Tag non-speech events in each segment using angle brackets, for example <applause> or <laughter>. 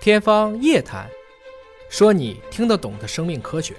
天方夜谭，说你听得懂的生命科学。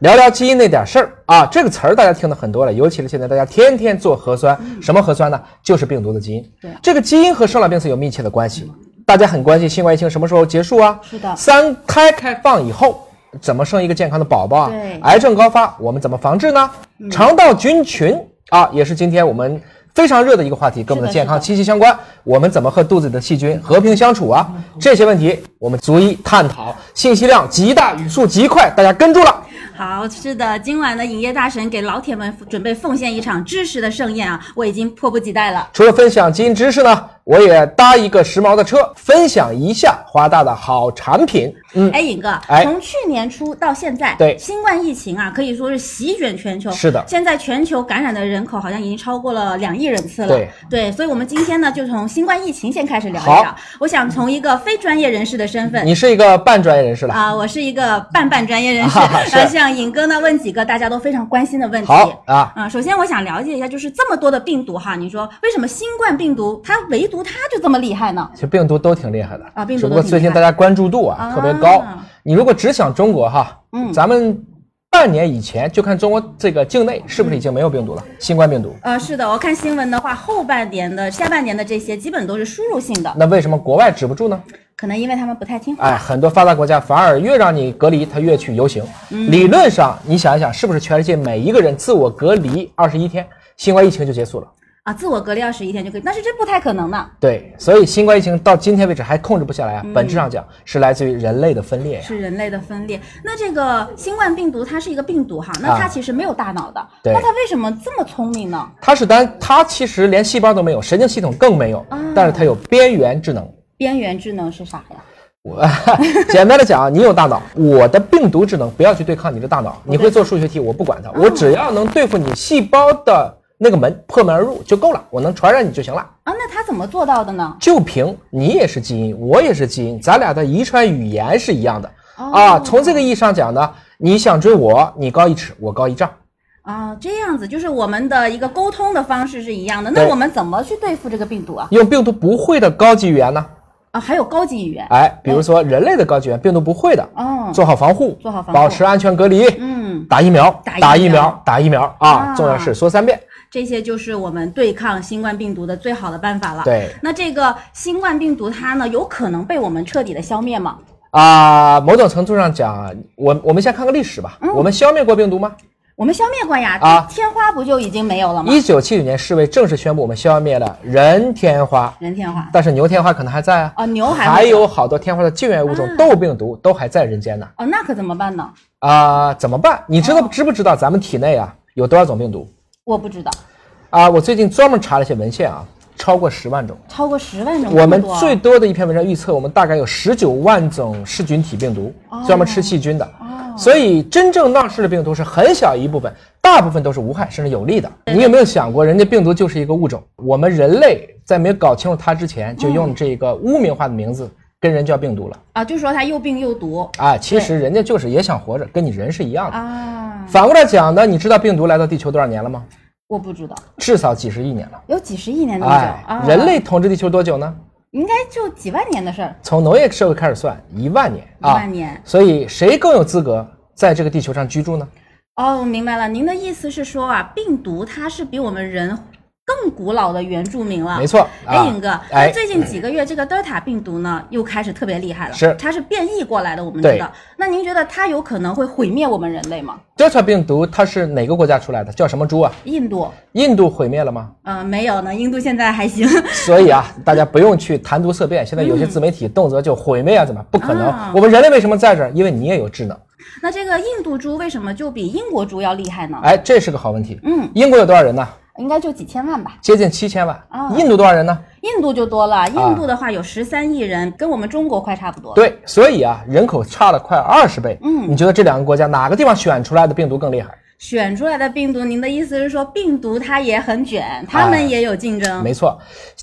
聊聊基因那点事儿啊，这个词儿大家听的很多了，尤其是现在大家天天做核酸，什么核酸呢？就是病毒的基因。嗯对嗯这个基因和生老病死有密切的关系，大家很关心新冠疫情什么时候结束啊？是的三胎开放以后，怎么生一个健康的宝宝啊对？癌症高发，我们怎么防治呢？嗯肠道菌群啊，也是今天我们非常热的一个话题，跟我们的是的健康是的息息相关。我们怎么和肚子里的细菌和平相处嗯啊？这些问题我们逐一探讨，信息量极大，语速极快，大家跟住了。好，是的，今晚的影业大神给老铁们准备奉献一场知识的盛宴啊！我已经迫不及待了。除了分享基因知识呢，我也搭一个时髦的车，分享一下华大的好产品。嗯，哎，尹哥哎，从去年初到现在，对新冠疫情啊，可以说是席卷全球。是的现在全球感染的人口好像已经超过了两亿人次了。对所以我们今天呢，就从新冠疫情先开始聊一聊好。我想从一个非专业人士的身份。你是一个半专业人士了。啊、我是一个半半专业人士，啊 <laughs> 是呃，向尹哥呢问几个大家都非常关心的问题。好啊，啊，首先我想了解一下，就是这么多的病毒哈，你说为什么新冠病毒它唯独它就这么厉害呢？其实病毒都挺厉害的啊病毒只不过都挺厉最害近大家关注度啊啊特别高。你如果只想中国哈，嗯咱们半年以前就看中国这个境内是不是已经没有病毒了，新冠病毒。呃，是的，我看新闻的话，后半年的下半年的这些基本都是输入性的，那为什么国外止不住呢？可能因为他们不太听话。哎，很多发达国家反而越让你隔离，他越去游行。嗯理论上，你想一想，是不是全世界每一个人自我隔离二十一天，新冠疫情就结束了？啊，自我隔离二十一天就可以，但是这不太可能呢。对，所以新冠疫情到今天为止还控制不下来啊，嗯本质上讲是来自于人类的分裂呀、是人类的分裂。那这个新冠病毒它是一个病毒哈，那啊它其实没有大脑的，对那它为什么这么聪明呢？它是单，它其实连细胞都没有，神经系统更没有，但是它有边缘智能。边缘智能是啥呀？我 <laughs> 简单的讲啊，你有大脑，我的病毒智能不要去对抗你的大脑，你会做数学题，我不管它，我只要能对付你细胞的那个门，破门而入就够了，我能传染你就行了。啊，那它怎么做到的呢？就凭你也是基因，我也是基因，咱俩的遗传语言是一样的、哦啊。从这个意义上讲呢，你想追我，你高一尺，我高一丈。啊，这样子就是我们的一个沟通的方式是一样的。那对我们怎么去对付这个病毒啊？用病毒不会的高级语言呢？啊，还有高级语言。哎，比如说人类的高级语言，病毒不会的，哦，做好防护，做好防护保持安全隔离，嗯，打疫苗，打疫苗打疫苗，打疫苗啊！啊重要事说三遍。这些就是我们对抗新冠病毒的最好的办法了。对那这个新冠病毒它呢，有可能被我们彻底的消灭吗？啊、某种程度上讲，我我们先看个历史吧。嗯我们消灭过病毒吗？我们消灭过呀，啊天花不就已经没有了吗？一九七九年，世卫正式宣布我们消灭了人天花，人天花但是牛天花可能还在啊。哦牛还还会有好多天花的救援物种，啊痘病毒都还在人间呢。哦，那可怎么办呢？啊、怎么办？你知哦道、知不知道咱们体内啊有多少种病毒？我不知道，啊，我最近专门查了一些文献啊，超过十万种。超过十万种我这么们多啊，哦最多的一篇文章预测，我们大概有十九万种噬菌体病毒，专门吃细菌的。所以真正闹事的病毒是很小一部分，大部分都是无害甚至有利的。你有没有想过，人家病毒就是一个物种，我们人类在没有搞清楚它之前，就用这个污名化的名字跟人叫病毒了啊，就说它又病又毒啊！其实人家就是也想活着，跟你人是一样的。啊，反过来讲呢，你知道病毒来到地球多少年了吗？我不知道，至少几十亿年了。有几十亿年那么久哎啊，，人类统治地球多久呢？应该就几万年的事儿，从农业社会开始算，一万年一啊，万年。所以谁更有资格在这个地球上居住呢？哦，我明白了，您的意思是说啊，病毒它是比我们人更古老的原住民了。没。错，哎，啊尹哥，哎那最近几个月这个德尔塔病毒呢，又开始特别厉害了。是它是变异过来的，我们对知道。那您觉得它有可能会毁灭我们人类吗？ ，Delta 病毒它是哪个国家出来的？叫什么猪啊？印度，印度毁灭了吗？呃，没有呢，印度现在还行。 <laughs> 所以啊，大家不用去谈毒色变。现在有些自媒体动辄就毁灭啊，怎么不可能？啊我们人类为什么在这儿？因为你也有智能。那这个印度猪为什么就比英国猪要厉害呢？哎，这是个好问题。啊嗯，英国有多少人呢？应该就几千万吧。接近七千万。啊印度多少人呢？印度就多啊了，印度的话有十三亿人，跟我们中国快差不多。，对，所以啊，人口差了快二十倍。嗯，你觉得这两个国家哪个地方选出来的病毒更厉害？选出来的病毒，您的意思是说病毒它也很卷，它们也有竞争。啊没错，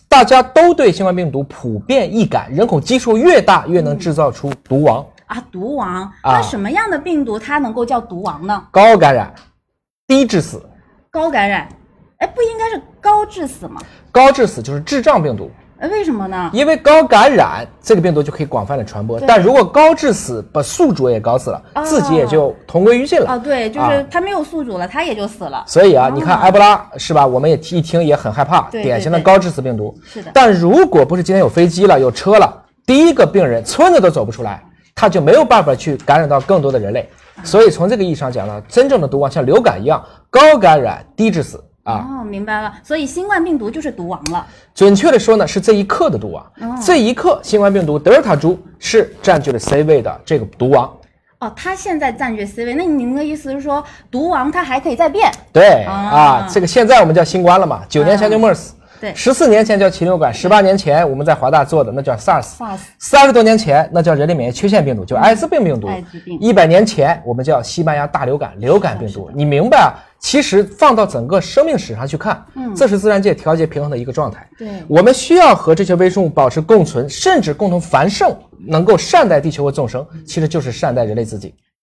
大家都对新冠病毒普遍易感，人口基数越大，越能制造出毒王、啊，毒王。啊那什么样的病毒它能够叫毒王呢？高感染、低致死。高感染，哎，不应该是高致死吗？高致死就是智障病毒，哎，为什么呢？因为高感染，这个病毒就可以广泛的传播。对但如果高致死，把宿主也搞死了，哦自己也就同归于尽了。哦，对，就啊是他没有宿主了，他也就死了。所以啊，你看埃博拉是吧？我们也一听也很害怕，哦对对典型的对高致死病毒。是的但如果不是今天有飞机了，有车了，第一个病人村子都走不出来，他就没有办法去感染到更多的人类。嗯所以从这个意义上讲呢，真正的毒王啊像流感一样，高感染低致死啊。哦，明白了。所以新冠病毒就是毒王了。准确的说呢，是这一刻的毒王。哦这一刻，新冠病毒德尔塔株是占据了 C 位的这个毒王。哦，他现在占据 C 位，那您的意思是说，毒王他还可以再变？对啊啊，这个现在我们叫新冠了嘛，九年前就 MERS，对十四年前叫禽流感，十八年前我们在华大做的那叫 SARS， SARS 嗯三十多年前那叫人类免疫缺陷病毒，就艾滋病病毒艾滋病，一百年前我们叫西班牙大流感流感病毒，你明白啊？其实放到整个生命史上去看，这是自然界调节平衡的一个状态。嗯对我们需要和这些微生物保持共存，甚至共同繁盛，能够善待地球和众生，其实就是善待人类自己。